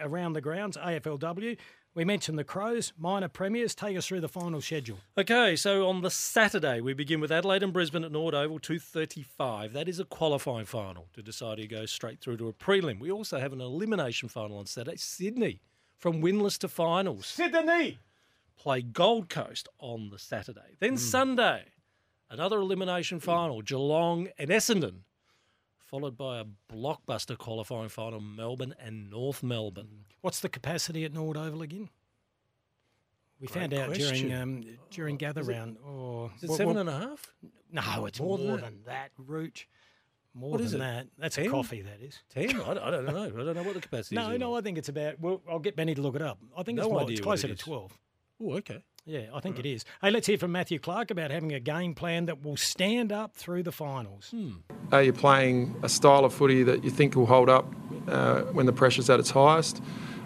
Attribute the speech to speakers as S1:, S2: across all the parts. S1: around the grounds, AFLW. We mentioned the Crows, minor premiers. Take us through the final schedule.
S2: Okay, so on the Saturday we begin with Adelaide and Brisbane at Nord Oval, two thirty-five. That is a qualifying final to decide who goes straight through to a prelim. We also have an elimination final on Saturday. Sydney from winless to finals.
S3: Sydney.
S2: play Gold Coast on the Saturday. Then Sunday, another elimination final, Geelong and Essendon, followed by a blockbuster qualifying final, Melbourne and North Melbourne.
S1: What's the capacity at Nord Oval again? We
S2: Great
S1: found out
S2: question.
S1: during um, during gather round. Or
S2: Is it
S1: Well,
S2: seven
S1: well,
S2: and a half?
S1: No, it's more, than, that. Root. More
S2: What
S1: than
S2: is it?
S1: that. That's
S2: Ten?
S1: a coffee. That is.
S2: Ten? I, don't- I don't know. I don't know what the capacity
S1: No,
S2: is.
S1: no, I think it's about. Well, I'll get Benny to look it up. I think
S2: No
S1: it's, more,
S2: idea
S1: it's
S2: what
S1: closer
S2: it
S1: to
S2: is.
S1: twelve.
S2: Oh, okay.
S1: Yeah, I think it is. Hey, let's hear from Matthew Clark about having a game plan that will stand up through the finals.
S4: Are you playing a style of footy that you think will hold up uh, when the pressure's at its highest?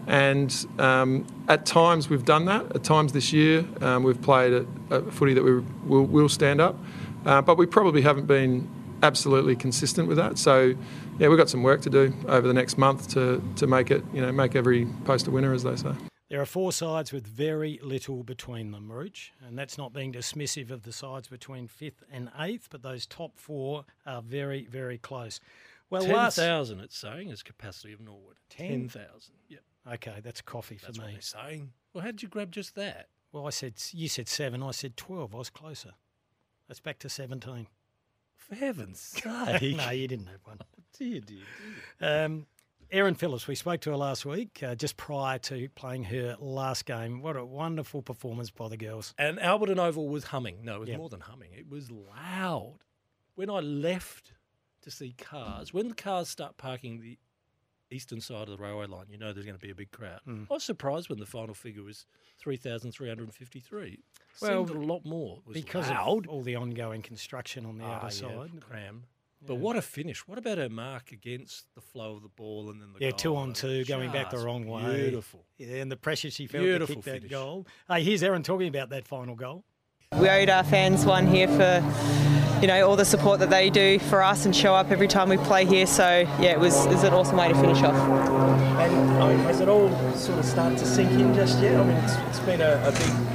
S4: And um, at times we've done that. At times this year um, we've played a, a footy that we will, will stand up, uh, but we probably haven't been absolutely consistent with that. So yeah, we've got some work to do over the next month to, to make it you know make every post a winner, as they say.
S1: There are four sides with very little between them, Rooch, and that's not being dismissive of the sides between fifth and eighth, but those top four are very, very close. Well,
S2: Ten
S1: last
S2: thousand. It's saying is capacity of Norwood.
S1: Ten?
S2: Ten thousand. Yep,
S1: okay, that's coffee for
S2: that's what
S1: me.
S2: they're saying. Well, how did you grab just that?
S1: Well, I said you said seven, I said twelve. I was closer. That's back to seventeen.
S2: For heaven's sake!
S1: no, you didn't have one.
S2: dear, dear, dear.
S1: Um, Erin Phillips, we spoke to her last week, uh, just prior to playing her last game. What a wonderful performance by the girls.
S2: And Albert and Oval was humming. No, it was
S1: Yeah.
S2: more than humming. It was loud. When I left to see cars, when the cars start parking the eastern side of the railway line, you know there's going to be a big crowd.
S1: Hmm.
S2: I was surprised when the final figure was 3,353.
S1: Well,
S2: Seemed a lot more. It was
S1: Because
S2: loud.
S1: of all the ongoing construction on the
S2: Ah,
S1: outer
S2: yeah,
S1: side.
S2: cram. But what a finish. What about her mark against the flow of the ball and then the
S1: Yeah,
S2: goal?
S1: two on two, going back the
S2: Just
S1: wrong way.
S2: Beautiful.
S1: Yeah, and the pressure she felt
S2: Beautiful
S1: to kick
S2: finish.
S1: that goal. Hey, here's Erin talking about that final goal.
S5: We owed our fans one here for, you know, all the support that they do for us and show up every time we play here. So yeah, it was, it was an awesome way to finish off.
S6: And I mean, has it all sort of started to sink in just yet? I mean, it's, it's been a, a big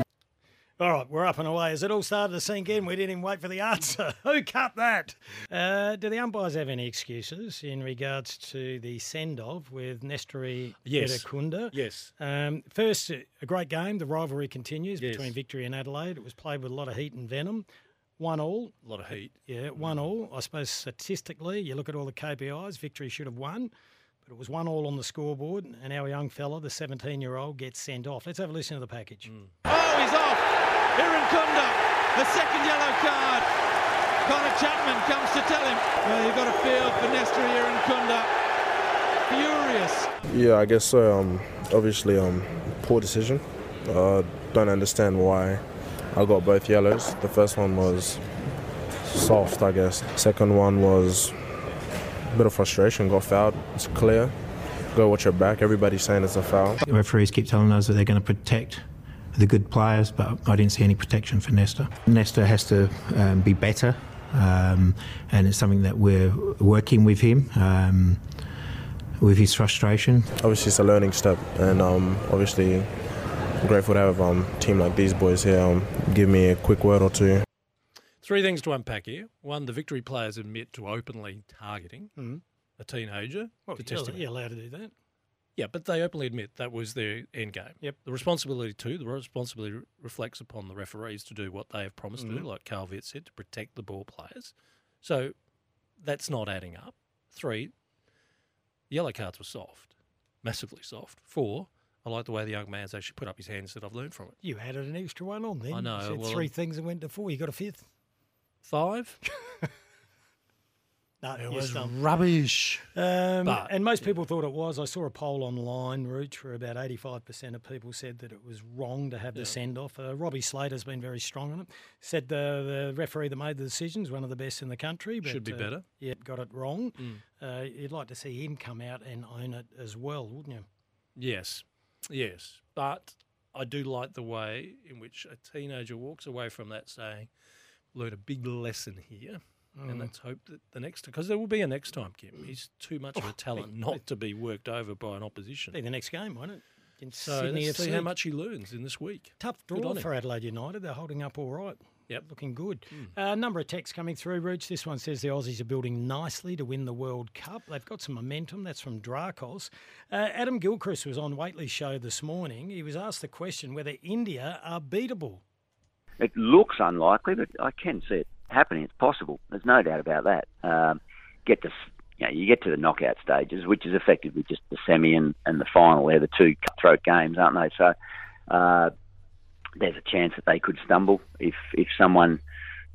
S1: All right, we're up and away. As it all started to sink in, we didn't even wait for the answer. Who cut that? Uh, do the umpires have any excuses in regards to the send off with Nestori
S2: Yes.
S1: Itakunda?
S2: Yes.
S1: Um, first, a great game. The rivalry continues
S2: Yes.
S1: between Victory and Adelaide. It was played with a lot of heat and venom. One all.
S2: A lot of heat.
S1: Yeah, one all. I suppose statistically, you look at all the KPIs, victory should have won, but it was one all on the scoreboard, and our young fella, the 17 year old, gets sent off. Let's have a listen to the package.
S2: Mm.
S7: Oh, he's off. Aaron Kunda, the second yellow card. Connor Chapman comes to tell him. Well, you've got a field for Nestor Aaron Kunda. Furious.
S8: Yeah, I guess so. Um, obviously, um, poor decision. Uh, don't understand why I got both yellows. The first one was soft, I guess. Second one was a bit of frustration. Got fouled. It's clear. Go watch your back. Everybody's saying it's a foul.
S9: The referees keep telling us that they're going to protect the good players, but I didn't see any protection for Nesta. Nesta has to um, be better, um, and it's something that we're working with him, um, with his frustration.
S8: Obviously, it's a learning step, and um, obviously, I'm grateful to have um, a team like these boys here. Um, give me a quick word or two.
S2: Three things to unpack here. One, the victory players admit to openly targeting a teenager.
S1: Mm. Well,
S2: to
S1: you're,
S2: test him out.
S1: Oh, you're allowed to do that.
S2: Yeah, but they openly admit that was their end game.
S1: Yep.
S2: The responsibility too, the responsibility re- reflects upon the referees to do what they have promised
S1: Mm-hmm.
S2: to do, like Carl Viet said, to protect the ball players. So that's not adding up. Three, yellow cards were soft, massively soft. Four, I like the way the young man's actually put up his hands that I've learned from it.
S1: You added an extra one on then.
S2: I know,
S1: You said
S2: well-
S1: three things and went to four. You got a fifth?
S2: Five,
S1: No,
S2: it
S1: you
S2: was
S1: stumped.
S2: rubbish.
S1: Um,
S2: But-
S1: and most people thought it was. I saw a poll online, Rooch, where about 85% of people said that it was wrong to have the send off. Uh, Robbie Slater's been very strong on it. Said the, the referee that made the decision is one of the best in the country. But,
S2: Should be
S1: uh,
S2: better.
S1: Yeah, got it wrong.
S2: Mm.
S1: Uh, you'd like to see him come out and own it as well, wouldn't you?
S2: Yes, yes, but I do like the way in which a teenager walks away from that saying, "Learn a big lesson here." And let's hope that the next, because there will be a next time, Kim. He's too much of a talent not to be worked over by an opposition.
S1: Be the next game, won't it? Against
S2: So
S1: Sydney
S2: let's see
S1: FC.
S2: how much he learns in this week.
S1: Tough
S2: Good
S1: draw
S2: on him.
S1: for Adelaide United. They're holding up all right.
S2: Yep. Hmm.
S1: Looking good. A number of texts coming through, Rooch. This one says the Aussies are building nicely to win the World Cup. They've got some momentum. That's from Dracos. Uh, Adam Gilchrist was on Waitley's show this morning. He was asked the question whether India are beatable.
S3: It looks unlikely, but I can see it happening. It's possible. There's no doubt about that. Um, get to s- you, know, you get to the knockout stages, which is effectively just the semi and, and the final. They're the two cutthroat games, aren't they? So uh, there's a chance that they could stumble if if someone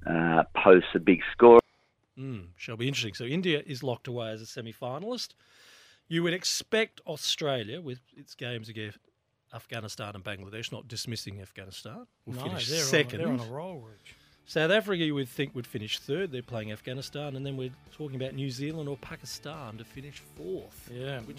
S3: uh, posts a big score.
S2: Mm, shall be interesting. So India is locked away as a semi-finalist. You would expect Australia, with its games against Afghanistan and Bangladesh, not dismissing Afghanistan, will
S1: no,
S2: finish
S1: they're
S2: second.
S1: On, they're on a roll, Rooch.
S2: South Africa, you would think, would finish third. They're playing Afghanistan, and then we're talking about New Zealand or Pakistan to finish fourth.
S1: Yeah.
S2: which